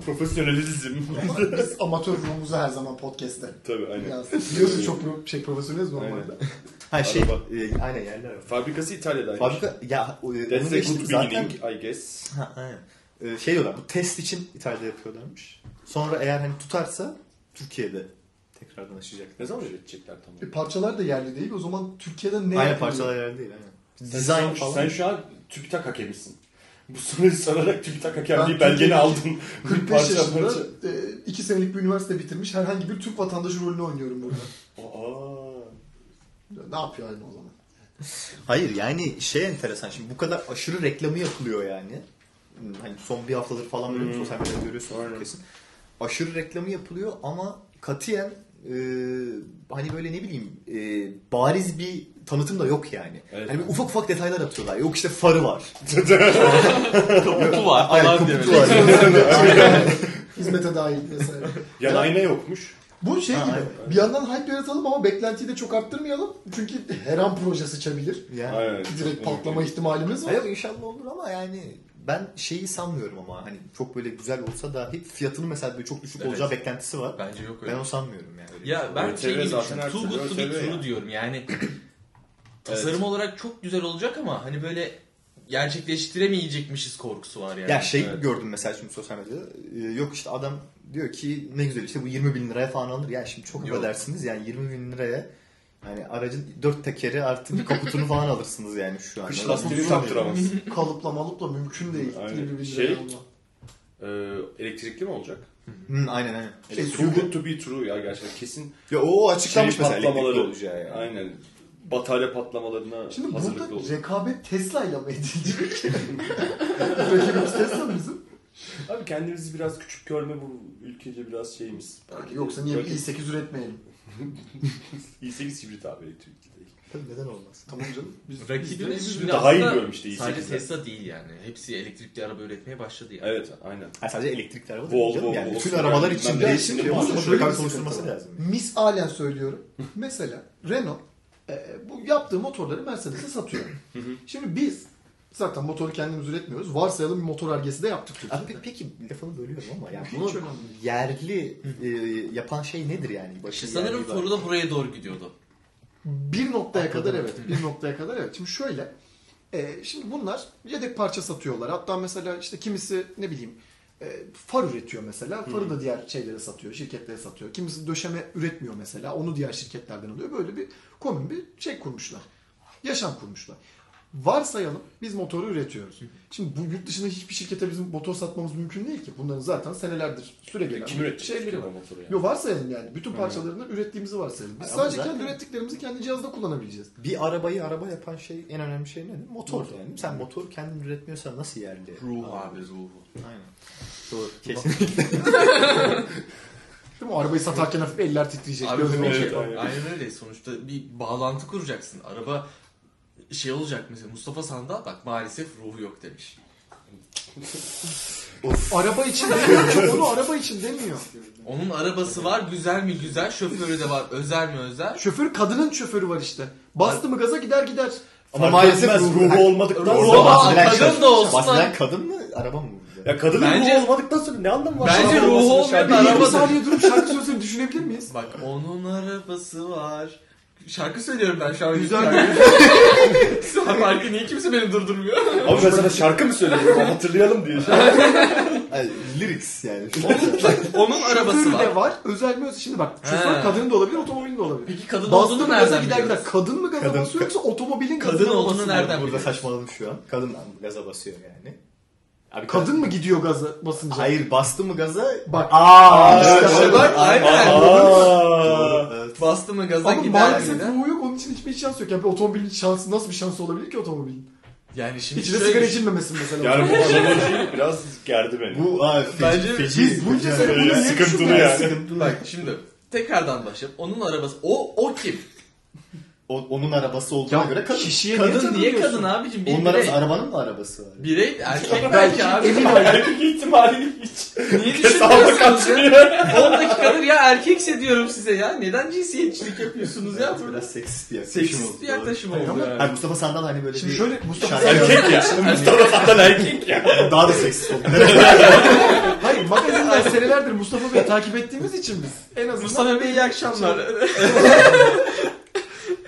B: Profesyonelizm.
C: Ama Biz amatör ruhumuzu her zaman podcast'te.
B: Tabii aynen.
C: Biliyorsun çok pro- şey profesyoneliz normalde.
D: ha şey.
B: Araba.
D: E, aynen yerli araba.
B: Fabrikası İtalya'daymış.
D: Fabrika ya e, onu
B: That's a
D: geçtim
B: good
D: zaten.
B: beginning I guess.
D: Ha, aynen. E, şey diyorlar bu test için İtalya'da yapıyorlarmış. Sonra eğer hani tutarsa Türkiye'de tekrardan açacak.
B: Ne zaman üretecekler tam
C: E,
B: olarak?
C: parçalar da yerli değil. O zaman Türkiye'de ne
D: Aynı
C: yapılıyor?
D: parçalar yerli değil aynen.
B: Sen
D: Dizayn
B: şu an-
D: falan.
B: Sen şu an TÜBİTAK hakemisin. Bu soruyu sorarak TÜBİTAK hakemliği
C: Ben
B: belgeni
C: Türkiye'deki
B: aldın.
C: 45
B: Parça
C: yaşında
B: parça.
C: 2 senelik bir üniversite bitirmiş herhangi bir Türk vatandaşı rolünü oynuyorum burada.
B: Aa.
C: Ya, ne yapıyor yani o zaman?
D: Hayır yani şey enteresan şimdi bu kadar aşırı reklamı yapılıyor yani. Hmm, Hani son bir haftadır falan böyle
B: Hmm.
D: sosyal medyada görüyorsunuz
B: Aynen.
D: kesin. Aşırı reklamı yapılıyor ama katiyen e, hani böyle ne bileyim e, bariz bir tanıtım da yok yani.
B: Evet.
D: Hani böyle ufak ufak detaylar atıyorlar. Yok işte farı var.
A: Kaputu var
D: Aynen,
A: falan
D: kaputu
A: diyor.
D: var.
C: Hizmete dahil vesaire.
B: Yan ayna yokmuş.
C: Bu şey
D: Ha,
C: gibi
D: aynen.
C: bir yandan hype yaratalım ama beklentiyi de çok arttırmayalım. Çünkü her an proje sıçabilir.
D: Yani.
B: Aynen.
C: Direkt patlama ihtimalimiz var.
D: Hayır inşallah olur ama yani ben şeyi sanmıyorum ama hani çok böyle güzel olsa dahi fiyatının mesela böyle çok düşük
A: Evet.
D: olacağı beklentisi var.
A: Bence yok
D: Ben
A: öyle.
D: onu sanmıyorum yani. Öyle bir şey.
A: Ya ben
B: ÖTV
A: şey gibi
B: zaten
A: düşünüyorum.
B: her
A: Too
B: türlü
A: good to be
B: ÖTV
A: true
B: yani.
A: diyorum yani. Tasarım olarak çok güzel olacak ama hani böyle gerçekleştiremeyecekmişiz korkusu var yani.
D: Ya şey
B: Evet.
D: gördüm mesela şimdi sosyal medyada. Ee, yok işte adam diyor ki ne güzel işte bu 20 bin liraya falan alınır. Ya şimdi çok
A: Yok.
D: affedersiniz yani 20 bin liraya yani aracın dört tekeri artı bir kaputunu falan alırsınız yani şu an. şey
B: Kış
D: Nasıl
B: lastiğini
D: düşünüyorum?
B: taktıramaz.
C: Kalıpla malıpla mümkün değil.
B: Aynen.
C: Gibi bir
B: Şey-
C: şey. Olma.
B: Ee, elektrikli mi olacak?
D: Hı, aynen aynen.
C: Şey,
B: Too good to be true ya gerçekten. Kesin
D: Ya o açıklamış
B: şey
D: mesela elektrikli
B: patlamaları-
D: olacağı yani.
B: aynen batarya patlamalarına
C: Şimdi
B: hazırlıklı
C: burada
B: olun.
C: rekabet Tesla ile mi edildi? Rakibimiz Tesla mı bizim?
B: Abi kendimizi biraz küçük görme bu ülkece biraz şeyimiz.
C: Yoksa niye bir
B: Belki
C: i8 üretmeyelim?
B: i8 hibrit abi elektrikli değil.
D: Tabii neden olmaz.
C: Tamam canım. Biz,
A: Rakibimiz
C: biz de-
A: şimdi
B: Daha iyi
A: aslında
B: görmüş değil,
A: Sadece
B: sekizler.
A: Tesla değil yani. Hepsi elektrikli araba üretmeye başladı yani.
B: Evet aynen.
D: Ha, sadece elektrikli araba
B: Vol,
D: değil canım.
B: vol,
D: yani
B: vol.
D: bütün arabalar
B: Ben
D: için
B: de-
D: değişim
B: Şimdi
D: bir
B: bu-
C: şöyle bir
D: rekabet
C: sıkıntı
D: oluşturması
C: var.
D: lazım.
C: misalen söylüyorum. Mesela Renault e, bu yaptığı motorları Mercedes'e satıyor. Şimdi biz zaten motoru kendimiz üretmiyoruz. Varsayalım bir motor argesi de yaptık
D: Abi,
C: Türkiye'de.
D: pe- peki lafını bölüyorum ama yani
C: Hiç
D: bunu
C: önemli değil.
D: yerli e, yapan şey nedir yani? Başı
A: İşte sanırım
D: yerli var.
A: soru da buraya doğru gidiyordu.
C: Bir noktaya
D: Atladım.
C: kadar evet. Bir noktaya kadar evet. Şimdi şöyle. e, şimdi bunlar yedek parça satıyorlar. Hatta mesela işte kimisi ne bileyim e, far üretiyor mesela. Farı
B: Hmm.
C: da diğer şeylere satıyor. Şirketlere satıyor. Kimisi döşeme üretmiyor mesela. Onu diğer şirketlerden alıyor. Böyle bir komün bir şey kurmuşlar. Yaşam kurmuşlar. Varsayalım biz motoru üretiyoruz. Şimdi bu yurt dışında hiçbir şirkete bizim motor satmamız mümkün değil ki. Bunların zaten senelerdir süre gelen
B: Kim üretti?
C: şeyleri var.
B: Motoru yani.
C: Yo varsayalım yani. Bütün parçalarını ürettiğimizi varsayalım. Biz
D: Ama
C: sadece
D: zaten-
C: kendi ürettiklerimizi kendi cihazda kullanabileceğiz.
D: Bir arabayı araba yapan şey en önemli şey nedir? Motor, yani. Sen motor kendin üretmiyorsan nasıl yerli?
A: Ruh abi ruhu.
D: Aynen. Doğru. Kesinlikle.
C: Değil mi? O arabayı satarken hafif eller titreyecek.
A: Abi
C: gözler
A: öyle
C: olacak.
B: evet,
A: aynen.
B: aynen.
A: öyle. Sonuçta bir bağlantı kuracaksın. Araba şey olacak mesela Mustafa Sandal bak maalesef ruhu yok demiş.
C: Araba için demiyor. Onu araba için demiyor.
A: Onun arabası var güzel mi güzel şoförü de var özel mi özel.
C: Şoför kadının şoförü var işte. Bastı mı gaza gider gider.
B: Ama
D: Fark
B: maalesef
D: etmez,
B: ruhu,
D: ruhu-
B: olmadıktan
A: Ruhu-
B: sonra...
A: kadın da olsa-
D: şey. Bahsedilen kadın mı araba mı?
B: Ya kadının
A: Bence-
B: ruhu olmadıktan sonra ne anlamı var?
A: Bence
B: Şarkı
A: ruhu
B: olmasının
A: olmayan
B: şarkı-
A: Bir araba-
C: Bir
A: arabada-
C: saniye durup şarkı sözlerini düşünebilir miyiz?
A: Bak onun arabası var. Şarkı söylüyorum ben şu an.
C: Güzel.
A: Farkı niye kimse beni durdurmuyor?
B: Abi ben sana şarkı mı söylüyorum? Hatırlayalım diye. şey-
D: Ay, lyrics yani.
A: Onun arabası
C: Şoförü
A: var.
C: de var. Özel mi özel? Şimdi bak şoför
A: He.
C: kadının da olabilir, otomobilin de olabilir.
A: Peki kadın
C: Bastı
A: olduğunu
C: mı gaza
A: nereden
C: gider gider.
A: biliyoruz?
C: Kadın mı gaza
D: Kadın-
C: basıyor yoksa otomobilin
A: Kadın
C: gazına
A: olduğunu
C: basıyor?
A: nereden
D: Burada
A: biliyoruz?
D: saçmaladım şu an. Kadın gaza basıyor yani.
B: Abi
C: Kadın mı gidiyor gaza basınca?
D: Hayır bastı mı gaza?
C: Bak.
D: Aa,
C: İşte
D: evet,
C: bak,
D: doğru.
A: aynen.
D: Aa,
B: Aa.
D: doğru, evet.
A: Bastı mı gaza
C: Ama
A: gider
C: maalesef
A: gider.
C: ruhu yok onun için hiçbir şans yok. Yani bir otomobilin şansı nasıl bir şansı olabilir ki otomobilin?
A: Yani şimdi
C: İçine
A: şöyle şey-
C: sigara
A: düşün.
C: içilmemesin mesela.
B: Yani bu analoji biraz gerdi beni.
D: Bu aa, feci,
A: Bence
D: feci.
C: Biz bunca sene bunu
B: Ee,
C: niye
B: sıkıntılı
C: düşünmüyoruz?
B: yani.
A: Bak şimdi tekrardan başlayalım. Onun arabası o o kim?
D: O- onun arabası olduğuna
C: Ya
D: göre kadın.
C: kişiye
A: Kadın niye
C: takılıyorsun?
A: kadın abicim? Bir
D: Onun
A: birey.
D: arabası arabanın da arabası var.
A: Birey erkek belki abi.
B: Erkek ihtimali hiç.
A: Niye
B: Hesaba
A: düşünüyorsunuz ya?
B: kaçmıyor.
A: 10 dakikadır ya erkekse diyorum size ya. Neden cinsiyetçilik yapıyorsunuz ya burada?
D: Biraz seksist bir yaklaşım
A: Seksist
D: oldu.
A: bir yaklaşım oldu
C: Ama-
A: yani.
D: Hayır, Mustafa Sandal hani böyle
C: Şimdi
D: bir...
C: şöyle Mustafa
D: Şarkı-
C: Sandal-
B: Erkek ya.
A: Hani-
B: Mustafa Sandal erkek ya.
D: Daha da seksist oldu.
C: Hayır magazinler senelerdir Mustafa Bey'i takip ettiğimiz için biz en azından
A: Mustafa Bey iyi akşamlar.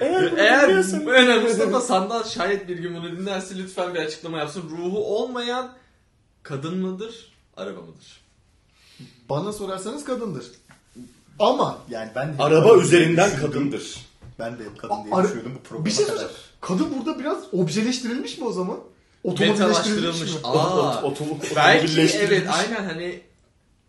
A: Eğer eğer Mustafa Sandal şayet bir gün bunu dinlerse lütfen bir açıklama yapsın. Ruhu olmayan kadın mıdır, araba mıdır?
C: bana sorarsanız kadındır. Ama
D: Yani ben de
B: Araba üzerinden kadındır.
D: Ben de hep kadın diye
C: Ara-
D: düşünüyordum bu programa
C: bir şey
D: kadar.
C: söyleyeceğim. Kadın burada biraz objeleştirilmiş mi o zaman?
A: Metalaştırılmış.
C: Otomobileştirilmiş mi?
A: Aa.
B: Otobüs
A: Belki evet aynen hani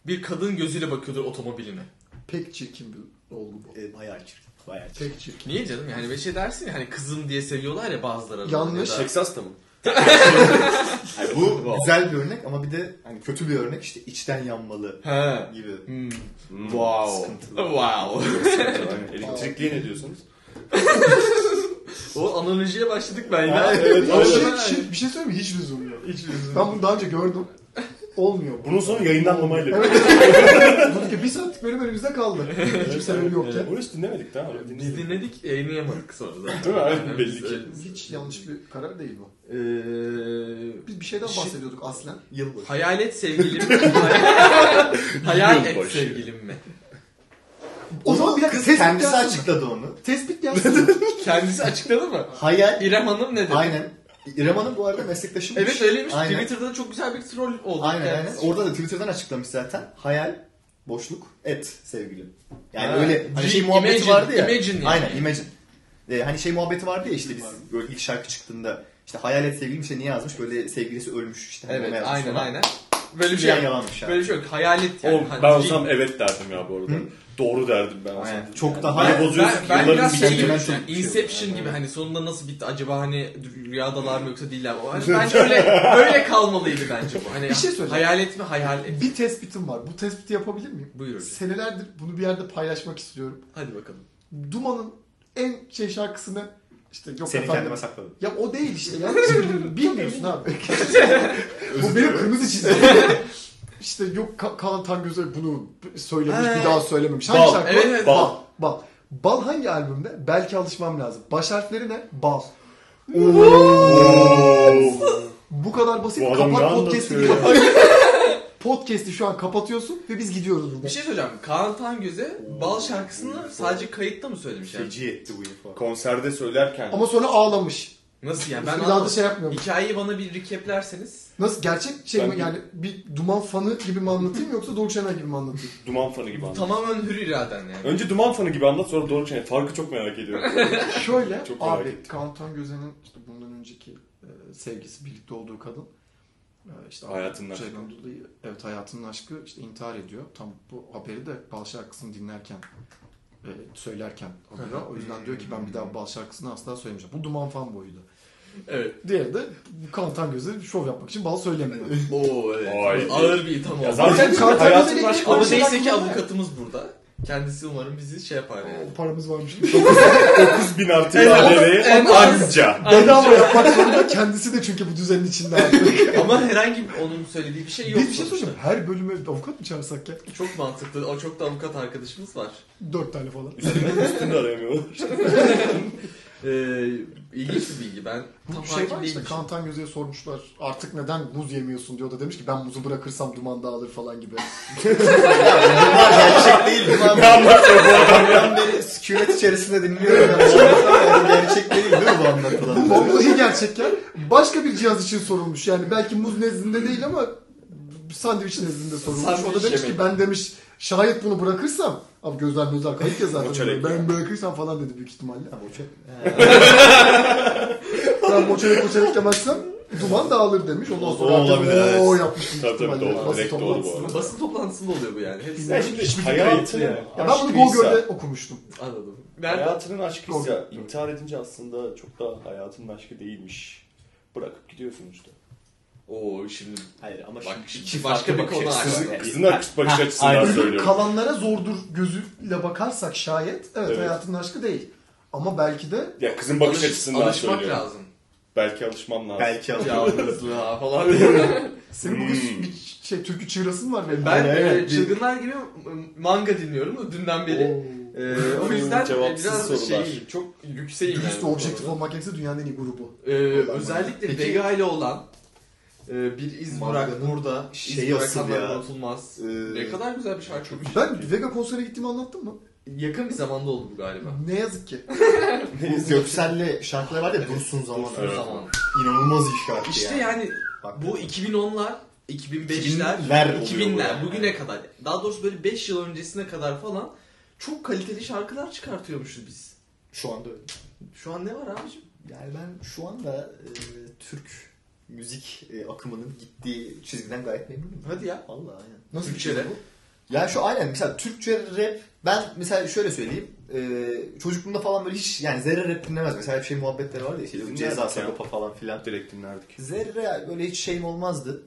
A: bir kadın gözüyle bakıyordur otomobiline.
C: Pek çirkin bir olgu bu.
D: E, bayağı çirkin. Bayağı çirkin.
C: Pek çirkin.
A: Niye canım yani böyle şey dersin ya hani kızım diye seviyorlar ya bazıları. arada.
C: Yanlış.
A: Ya da-
B: Texas'ta mı?
D: Yani bu güzel bir örnek ama bir de hani kötü bir örnek işte içten yanmalı
A: He.
D: gibi.
A: Hmm.
D: Wow.
A: Wow.
B: Elektrikliye ne diyorsunuz?
A: O analojiye başladık ben ya.
D: Ha,
A: evet,
C: Bir şey, şey- bir şey söyleyeyim mi? Hiç lüzum yok. Ben bunu daha önce gördüm. Olmuyor.
B: Bunun sonu yayınlanmamayla.
C: Evet. Dedik ki bir saatlik bölüm önümüzde kaldı. Hiçbir sebebi yok ya.
B: Onu hiç dinlemedik daha. Onu
A: Biz
B: dinleyelim.
A: dinledik, yayınlayamadık sonra zaten. Şey.
B: Değil mi? Aynen,
A: Yani
B: belli
A: biz-
B: ki.
C: Hiç yanlış bir karar değil bu.
A: Eee,
C: Biz bir şeyden
A: Şey-
C: bahsediyorduk aslen.
D: Yılbaşı.
A: hayalet sevgilim mi? Hayal- Hayal et
B: Yılbaşı.
A: sevgilim mi?
C: O zaman bir dakika
D: kız
C: tespit
D: kendisi
C: yazsın.
D: açıkladı onu.
C: Tespit yazsın.
A: Kendisi açıkladı mı?
D: Hayal.
A: İrem Hanım ne dedi?
D: Aynen. İrem Hanım bu arada meslektaşımmış.
A: Evet öyleymiş.
D: Aynen.
A: Twitter'da da çok güzel bir troll oldu.
D: Aynen aynen.
A: kendisi.
D: Orada da Twitter'dan açıklamış zaten. Hayal, boşluk, et sevgilim. Yani
A: Ha.
D: öyle bir
A: Hani
D: şey muhabbeti
A: imagine-
D: vardı ya.
A: imagine yani.
D: Aynen imagine. Ee, hani şey muhabbeti vardı ya işte biz böyle ilk şarkı çıktığında işte hayal et sevgilim işte niye yazmış böyle sevgilisi ölmüş işte hani ona
A: Evet
D: yazmış
A: aynen
D: falan.
A: aynen. Böyle bir
D: Şey
A: şey
D: yalanmış abi.
A: Böyle bir şey yok. Hayal et yani.
B: Oğlum,
A: Hani
B: ben
A: cin-
B: olsam evet derdim ya bu arada.
D: Hı?
B: Doğru derdim ben olsam.
D: Aynen. Çok daha
A: Ben,
B: Hani
A: ben,
B: bozuyorsun ki
A: ben
B: yılların
A: biraz şey gibi
D: birikiminden
A: düşünüyorum.
D: çok bir şey yok.
A: Inception gibi hani sonunda nasıl bitti acaba hani rüyadalar mı yoksa değiller mi? O- hani Bence öyle, öyle kalmalıydı bence bu. Hani
C: Bir şey söyleyeceğim.
A: Hayal etme hayal et.
C: E, bir tespitim var. Bu tespiti yapabilir miyim?
A: Buyur hocam.
C: Senelerdir bunu bir yerde paylaşmak istiyorum.
A: Hadi bakalım.
C: Duman'ın en şey şarkısını işte yok
D: Seni
C: efendim.
D: kendime sakladım.
C: Ya o değil işte ya. Şimdi Bilmiyorsun abi. Bu benim kırmızı çizgim. işte yok Ka- Kaan Tangöze bunu söylemiş
A: He.
C: bir daha söylememiş. Hangi
B: Bal.
C: şarkı?
A: Evet, evet.
C: Bal. Bal. Bal hangi albümde? Belki alışmam lazım. Baş harfleri ne? Bal. Bu kadar basit.
B: Bu adam ne
C: Kapat
B: anlatıyor
C: podcast'i.
B: ya?
C: kapat. podcast'i şu an kapatıyorsun ve biz gidiyoruz buradan.
A: Bir şey söyleyeceğim. Kaan Tangöz'e Bal şarkısını sadece kayıtta mı söylemiş yani?
D: Feci etti bu info.
B: Konserde söylerken
C: Ama sonra ağlamış.
A: Nasıl yani? Ben
C: Ben
A: anlamadım.
C: daha da şey yapmıyorum.
A: Hikayeyi bana bir recaplerseniz.
C: Nasıl gerçek şey
B: Ben-
C: mi yani bir duman fanı gibi mi anlatayım yoksa Doğu Şener gibi mi anlatayım?
B: duman fanı gibi anlat.
A: Tamamen hür iraden yani.
B: Önce duman fanı gibi anlat sonra doğru şey. Farkı çok merak ediyorum.
C: Şöyle
B: Çok merak
C: abi
B: ettim.
C: Kaan Tangöze'nin işte bundan önceki e, sevgisi birlikte olduğu kadın e, işte
B: Hayatının aşkı.
C: şeyden dolayı evet hayatının aşkı işte intihar ediyor. Tam bu haberi de bal şarkısını dinlerken e, söylerken alıyor. O yüzden diyor ki ben bir daha bal şarkısını asla söylemeyeceğim. Bu duman fan boyuydu.
A: Evet.
C: Diğeri de bu kantan gözü şov yapmak için bal söylemiyor.
A: Oo evet.
B: Vay be.
A: Ağır bir itham
B: Ya
A: oldu.
B: zaten
C: Zaten Çağatay
B: hayatın
C: Bey'le
B: aşkı
C: ilgili
A: Ama
C: konuşan
A: neyse ki
C: hakkında-
A: avukatımız burada. Kendisi umarım bizi şey yapar yani.
C: O paramız varmış.
B: 9000 artı TL'ye
A: en az-
B: anca.
C: Bedava yapmak zorunda kendisi de çünkü bu düzenin içinde artık.
A: Ama herhangi bir onun söylediği bir şey yok.
C: Bir şey
A: sonuçta.
C: söyleyeceğim. Her bölüme avukat mı çağırsak ya?
A: Çok mantıklı. O çok da avukat arkadaşımız var.
C: Dört tane falan.
B: Üstünü arayamıyorlar.
A: Ee, ilginç bir bilgi. Ben tam
C: Bu şey
A: hakim
C: var işte
A: değilim.
C: Kantan Gözü'ye sormuşlar artık neden muz yemiyorsun diyor da demiş ki ben muzu bırakırsam duman dağılır falan gibi.
D: Bunlar gerçek değil. Bunlar
B: Ne anlatıyor bu adam?
D: Ben beri sükunet içerisinde dinliyorum. Ben bu anlatılan- gerçek değil değil mi bu anlatılan?
C: Vallahi gerçek ya. Başka bir cihaz için sorulmuş yani belki muz nezdinde değil ama sandviç nezdinde sorulmuş. o
A: Sandviç
C: da demiş
A: yemek.
C: ki ben demiş şayet bunu bırakırsam abi gözler gözler kayık ya
B: O
C: zaten
B: çörek
C: ben
B: ya.
C: bırakırsam falan dedi büyük ihtimalle.
D: Ha, bu çok-
C: Ben boçalık boçalık yemezsem duman dağılır demiş. Ondan
D: O-
C: sonra
D: o
C: artık
D: olabilir, evet.
C: "Oo" yapmış büyük
B: Tabii, tabii,
C: ihtimalle.
B: doğru,
C: Basın
B: direkt doğru bu
C: toplantısında.
B: arada.
A: Basın toplantısında oluyor bu yani. Hepsi
B: Ya şimdi
D: Ya
B: hayatını
C: Ya ben bunu Google'de okumuştum.
A: anladım. Nerede?
B: Hayatının aşkıysa intihar edince aslında çok da hayatının aşkı değilmiş. Bırakıp gidiyorsun işte.
A: Oo şimdi
D: Hayır ama
A: Bak,
D: şimdi
A: iki başka bir konu
D: açısı.
A: açtı.
B: Kızın, kızın akış bakış
D: Ha,
B: açısından
D: aynen.
B: söylüyorum.
C: Kalanlara zordur gözüyle bakarsak şayet evet,
B: Evet.
C: hayatının aşkı değil. Ama belki de
B: ya kızın bakış
A: Alış-
B: açısından
A: alışmak
B: söylüyorum.
A: lazım.
B: Belki alışmam lazım.
D: Belki alıyor.
A: Yalnızlığa falan diyor.
C: senin
B: Hmm.
C: bugün bir şey türkü çığırasın var benim.
A: Ben
D: Yani evet,
A: e, çılgınlar gibi m- manga dinliyorum da dünden beri. E, o yüzden e,
B: Cevapsız
A: biraz
B: sorular.
A: şey çok yükseğim
C: Dürüst ve
A: bu
C: objektif
A: konuda.
C: olmak gerekirse dünyanın en iyi grubu.
A: E,
C: Olan
A: özellikle
C: Peki-
A: Vega ile olan e, bir iz bırak
C: Manga'nın şey
A: burada.
D: şeyi
A: iz bırak
D: asıl
A: kadar
D: ya.
A: unutulmaz.
C: E,
D: Ee,
A: Ne kadar güzel bir şey şarkı.
C: Ben Vega konserine gittiğimi anlattım mı?
A: Yakın bir zamanda oldu bu galiba.
C: Ne yazık ki.
D: Bu Göksel'le şarkılar var ya Dursun Zaman.
A: O zaman.
D: İnanılmaz iyi şarkı
A: İşte
D: ya.
A: yani
D: Bak,
A: bu 2010'lar, 2005'ler,
D: 2000'ler oluyor
A: 2000'ler
D: bu.
A: bugüne kadar. Daha doğrusu böyle 5 yıl öncesine kadar falan çok kaliteli şarkılar çıkartıyormuşuz biz.
D: şu anda öyle.
A: Şu an ne var abicim?
D: Yani ben şu anda e, Türk müzik e, akımının gittiği çizgiden gayet memnunum.
A: Hadi ya.
D: Allah aynen.
C: Nasıl bir
A: Türkçe'de.
C: şey bu?
D: Ya şu aynen mesela Türkçe rap ben mesela şöyle söyleyeyim e, çocukluğumda falan böyle hiç yani zerre rap dinlemez mesela bir şey muhabbetleri vardı ya işte
B: Dinlerdik
D: ceza
B: ya.
D: sagopa falan filan.
B: Direkt dinlerdik.
D: Zerre böyle hiç şeyim olmazdı.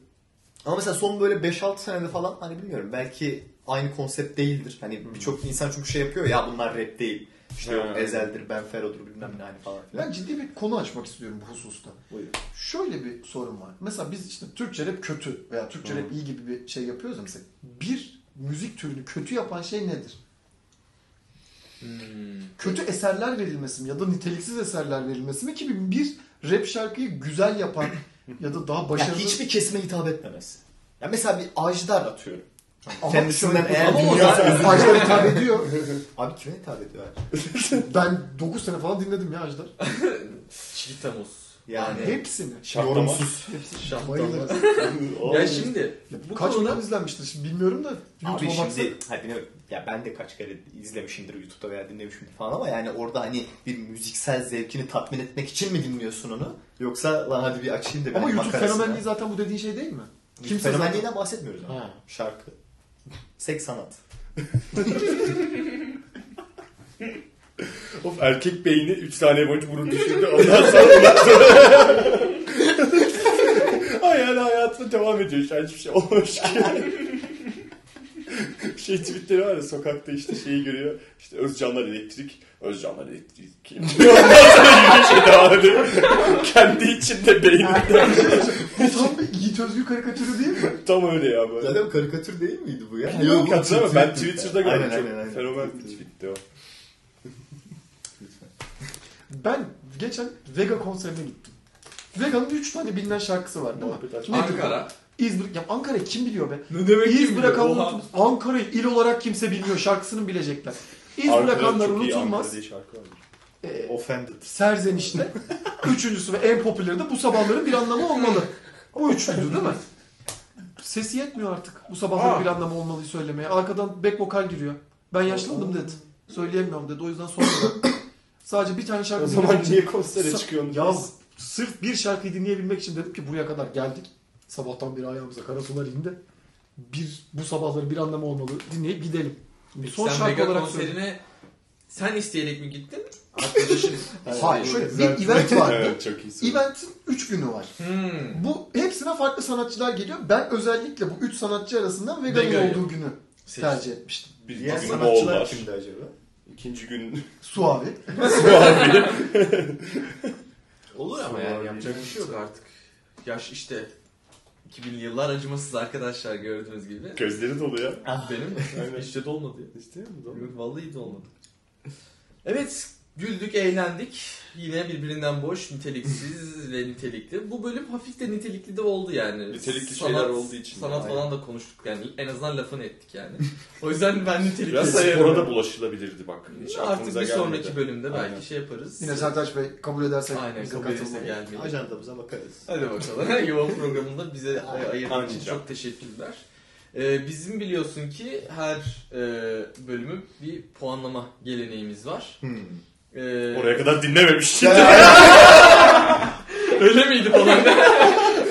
D: Ama mesela son böyle 5-6 senede falan hani bilmiyorum belki aynı konsept değildir. Hani birçok insan çünkü şey yapıyor ya bunlar rap değil. İşte yok
B: Ha.
D: Ezel'dir, Ben Fero'dur bilmem ne hani falan filan.
C: Ben ciddi bir konu açmak istiyorum bu hususta.
D: Buyurun.
C: Şöyle bir sorun var. Mesela biz işte Türkçe rap kötü veya Türkçe
B: Hı.
C: rap iyi gibi bir şey yapıyoruz ya mesela. Bir müzik türünü kötü yapan şey nedir?
A: Hmm,
C: Kötü eserler verilmesi mi ya da niteliksiz eserler verilmesi mi ki bir, bir rap şarkıyı güzel yapan ya da daha
D: Ya
C: başarılı...
D: hiçbir kesime hitap etmemesi. Ya mesela bir Ajdar atıyorum.
C: Ama
D: Kendisinden
C: şöyle-
D: eğer
A: Ama o
D: dinliyorsa
A: zaten-
D: üzülürüm.
C: Ajdar hitap ediyor.
D: Abi kime hitap ediyor? Ajdar?
C: Ben 9 sene falan dinledim ya Ajdar.
A: Çiğitemos.
D: Yani
C: Hepsini.
B: Şaplama.
D: yorumsuz.
A: Şampiyonlar.
C: Bayılırım.
A: Ya şimdi bu
C: Bu Kaç
A: konuda
C: milyon izlenmiştir şimdi bilmiyorum da.
D: Abi
C: YouTube'a baksak-
D: şimdi hani bilmiyorum, ya ben de kaç kere izlemişimdir YouTube'da veya dinlemişimdir falan ama yani orada hani bir müziksel zevkini tatmin etmek için mi dinliyorsun onu? Yoksa lan hadi bir açayım da bir
C: Ama
D: hani
C: YouTube
D: makarasına-
C: fenomenliği zaten bu dediğin şey değil mi?
D: YouTube
C: Kimse zaten...
D: fenomenliğinden bahsetmiyoruz ama.
C: Ha.
D: Şarkı. Seks sanat.
B: Of erkek beyni 3 saniye boyunca bunu düşündü. Ondan sonra ondan sonra... Ay yani hayatına devam ediyor işte. Hiçbir şey olmamış ki. şey tweetleri var ya sokakta işte şeyi görüyor. İşte Özcanlar elektrik. Özcanlar elektrik. kim? Ondan sonra yürüyüşe devam ediyor. Kendi içinde beyninde.
C: Bu tam bir Yiğit Özgür karikatürü değil mi?
B: Tam öyle ya böyle.
D: Zaten bu karikatür değil miydi bu ya?
B: Yok
D: bu
B: hatırlamıyorum. Ben
D: Twitter'da.
B: Twitter'da gördüm.
D: Aynen,
B: Çok
D: aynen, aynen.
B: Fenomen bir
D: Twitter.
B: tweetti o.
C: Ben geçen Vega konserine gittim. Vega'nın 3 tane bilinen şarkısı var değil mi?
B: Muhabbet aç-
C: Nedir bu?
A: Ankara.
C: İz bırak... Ya Ankara'yı kim biliyor be?
A: Ne demek
C: İz
A: ki
C: bırakan
A: biliyor? Oha.
C: unutulmaz. Ankara'yı il olarak kimse bilmiyor. Şarkısını bilecekler. İz
B: Arkada
C: bırakanlar
B: çok iyi
C: unutulmaz.
B: Ankara diye şarkı var.
C: Ee,
D: Offended.
C: Serzeniş'te. Üçüncüsü ve en popüleri de bu sabahların bir anlamı olmalı. Bu üçlüydü değil mi? Sesi yetmiyor artık. Bu sabahların
A: Aa.
C: bir anlamı olmalıyı söylemeye. Arkadan back vokal giriyor. Ben yaşlandım dedi. Söyleyemiyorum dedi. O yüzden sonra Sadece bir tane şarkı
B: O zaman
C: söyleyeceğim.
B: niye konsere
C: Sa-
B: çıkıyorsunuz?
C: Ya sırf bir şarkıyı dinleyebilmek için dedim ki buraya kadar geldik. Sabahtan beri ayağımıza kara sular indi. Bir, bu sabahları bir anlamı olmalı. Dinleyip gidelim. Bir
A: Peki
C: son
A: sen
C: şarkı
A: mega
C: olarak
A: konserine
C: söyleyeyim.
A: sen isteyerek mi gittin? Arkadaşın.
C: Hayır şöyle bir event vardı.
B: evet, çok iyi söyledin.
C: Eventin 3 günü var.
A: Hmm.
C: Bu hepsine farklı sanatçılar geliyor. Ben özellikle bu 3 sanatçı arasından
A: Vega'yı
C: Vega'nın olduğu günü
A: Seç.
C: tercih etmiştim.
B: Birinci
D: Diğer
B: gün Moğol
D: sanatçılar
B: var.
D: kimdi acaba?
B: İkinci gün
C: Suavi.
B: Suavi.
A: Olur ama yani yapacak bir şey yok artık. Yaş işte 2000'li yıllar acımasız arkadaşlar gördüğünüz gibi.
B: Gözleri dolu ya.
A: Benim mi?
B: Aynen.
A: Hiç de dolmadı ya.
B: İşte mi? Dolu.
A: Yok vallahi de olmadı. Evet güldük eğlendik. Yine birbirinden boş, niteliksiz ve nitelikli. Bu bölüm hafif de nitelikli de oldu yani.
B: Nitelikli şeyler olduğu için.
A: Sanat
D: Aynen.
A: falan da konuştuk yani. En azından lafını ettik yani. O yüzden ben nitelikli.
B: Biraz spora da bulaşılabilirdi bak. Hiç
A: Artık
B: aklımıza
A: bir
B: gelmedi.
A: sonraki bölümde belki
D: Aynen.
A: şey yaparız.
C: Yine Sertaç Bey kabul edersek
A: Aynen
C: bize
A: kabul ederse
C: katılmayı.
A: gelmeli.
D: Ajandamıza bakarız.
A: Hadi bakalım. Yuva programında bize ay- ayırdığın için
B: Anlayacağım.
A: çok teşekkürler. Ee, bizim biliyorsun ki her e, bölümü bir puanlama geleneğimiz var.
D: Hmm.
A: Ee,
B: Oraya kadar dinlememiştim.
A: Öyle miydi falan?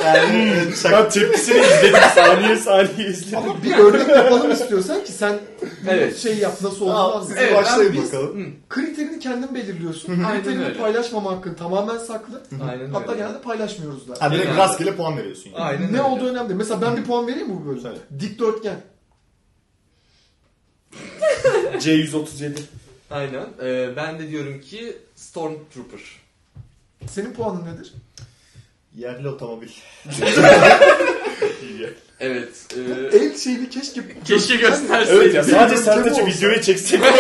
C: Hmm.
D: Yani, şey şaka-
B: ben tepkisini izledim. Saniye saniye izledim.
C: Ama bir örnek yapalım istiyorsan ki sen
A: Evet.
C: şey yap nasıl
D: Aa,
C: olmaz.
D: siz başlayın bakalım.
A: Hı,
C: Kriterini kendin belirliyorsun.
A: Aynen
C: Kriterini
A: öyle.
C: paylaşmama hakkın tamamen saklı.
A: Aynen öyle.
C: Hatta genelde paylaşmıyoruz da.
D: Ha, direkt
A: Aynen.
D: rastgele puan veriyorsun. Yani.
A: Aynen
C: ne
A: öyle.
C: olduğu önemli. değil. Mesela ben bir puan vereyim mi bu bölüme?
D: Söyle.
C: Dikdörtgen.
B: C137.
A: Aynen. Ee, ben de diyorum ki Stormtrooper.
C: Senin puanın nedir?
D: Yerli otomobil.
B: İyi ya.
A: Evet. e,
C: El şeyini keşke...
A: keşke gösterseydin.
B: Evet ya sadece sen
C: Gözleme
B: de
C: olsa.
B: videoyu çeksek.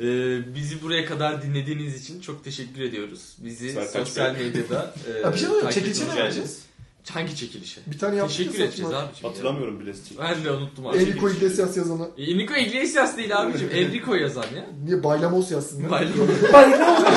A: Ee, bizi buraya kadar dinlediğiniz için çok teşekkür ediyoruz. Bizi
B: Sertaç
A: sosyal
B: Bey.
A: medyada e,
C: Ya bir şey oluyor.
A: takip
C: Çekilişe ne
A: edeceğiz.
C: vereceğiz?
A: Hangi çekilişe?
C: Bir tane yaptık
A: Teşekkür edeceğiz abicim. ya.
B: Hatırlamıyorum bile çekilişi.
A: Ben de unuttum abi.
C: Enrico
A: çekilişi.
C: Iglesias yazana.
A: E, Enrico Iglesias değil abicim. Enrico yazan ya.
C: Niye Baylamos yazsın? ya?
A: Baylamos.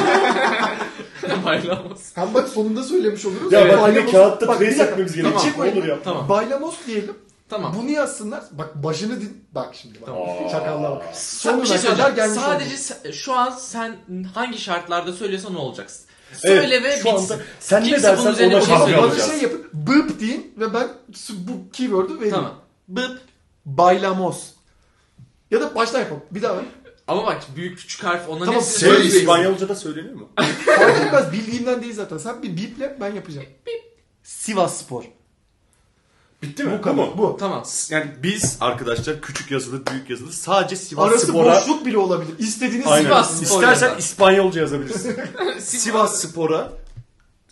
A: Baylamos.
C: Hem bak sonunda söylemiş oluruz.
B: Ya bak yine
C: Baylamos-
B: kağıtta
C: Bak, bir
B: trace
C: dakika.
B: yapmamız
A: Tamam.
B: gerekecek mi olur ya?
A: Tamam.
C: Baylamos diyelim.
A: Tamam.
C: Bunu yazsınlar. Bak başını din... Bak şimdi bak.
A: Tamam.
C: Çakallar bak.
A: Son bir şey
C: Sonuna kadar
A: söyleyeceğim.
C: gelmiş
A: Sadece
C: oldu.
A: se- şu an sen hangi şartlarda söylüyorsan ne olacaksın?
B: Evet,
A: Söyle ve
B: şu
A: bitsin.
B: anda sen
A: Kimse
B: ne
A: bunun
B: dersen
A: üzerine
B: ona
A: bir şey
B: şey
C: Bana
A: söyleyemeyeceğiz.
C: şey yapın. Bıp deyin ve ben s- bu keyword'ü vereyim.
A: Tamam. Bıp.
C: Baylamos. Ya da baştan yapalım. Bir daha ver.
A: Ama bak büyük küçük harf ona
C: Tamam,
A: ne
C: söyle
A: söylüyorsun?
B: Şey, İspanyolca da söyleniyor mu?
C: Fark etmez. Bildiğimden değil zaten. Sen bir biple ben yapacağım. Sivas Spor.
B: Bitti mi?
C: Bu kadar. Bu.
A: Tamam.
B: Yani biz arkadaşlar küçük yazılı büyük yazılı sadece Sivas
C: Arası
B: Spor'a
C: boşluk bile olabilir. İstediğiniz
B: Aynen.
A: Sivas Spor
B: İstersen
A: yazar.
B: İspanyolca yazabilirsin. Sivas Spor'a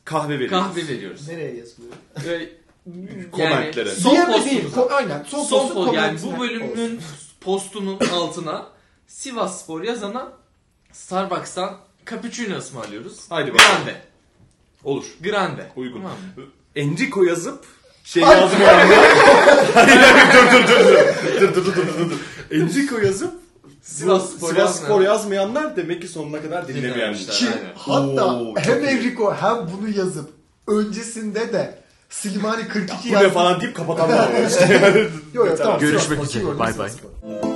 B: kahve veriyoruz.
A: Kahve veriyoruz.
D: Nereye yazılıyor?
A: Ve
B: Komentlere.
A: son
C: Diğer mi
A: postumuz-
C: değil? Ko- aynen. Son,
A: son
C: postu
A: post- yani
C: komentisine
A: bu
C: olsun.
A: bölümün postunun altına Sivas Spor yazana Starbucks'tan cappuccino ısmarlıyoruz.
B: Haydi bakalım.
A: Grande.
B: Olur.
A: Grande.
B: Uygun.
A: Tamam.
B: Enrico yazıp şey
C: Ay.
B: yazmayalım. Hayır hayır, dur dur dur dur. Dur dur dur dur dur, dur. Enrico yazıp
A: Sivas
B: bu-
A: Spor
B: Sivas
A: yazmayan-
B: Spor yazmayanlar demek ki sonuna kadar dinlemeyenler.
A: Dinlememişler.
C: Ki
A: Aynen.
C: hatta
B: Oo, çok
C: hem
B: iyi.
C: Enrico hem bunu yazıp öncesinde de Silmani 42
B: Bu ne
C: yazdı.
B: falan deyip kapatanlar var.
C: Yok yok tamam.
B: Görüşmek
C: üzere. Bay bay.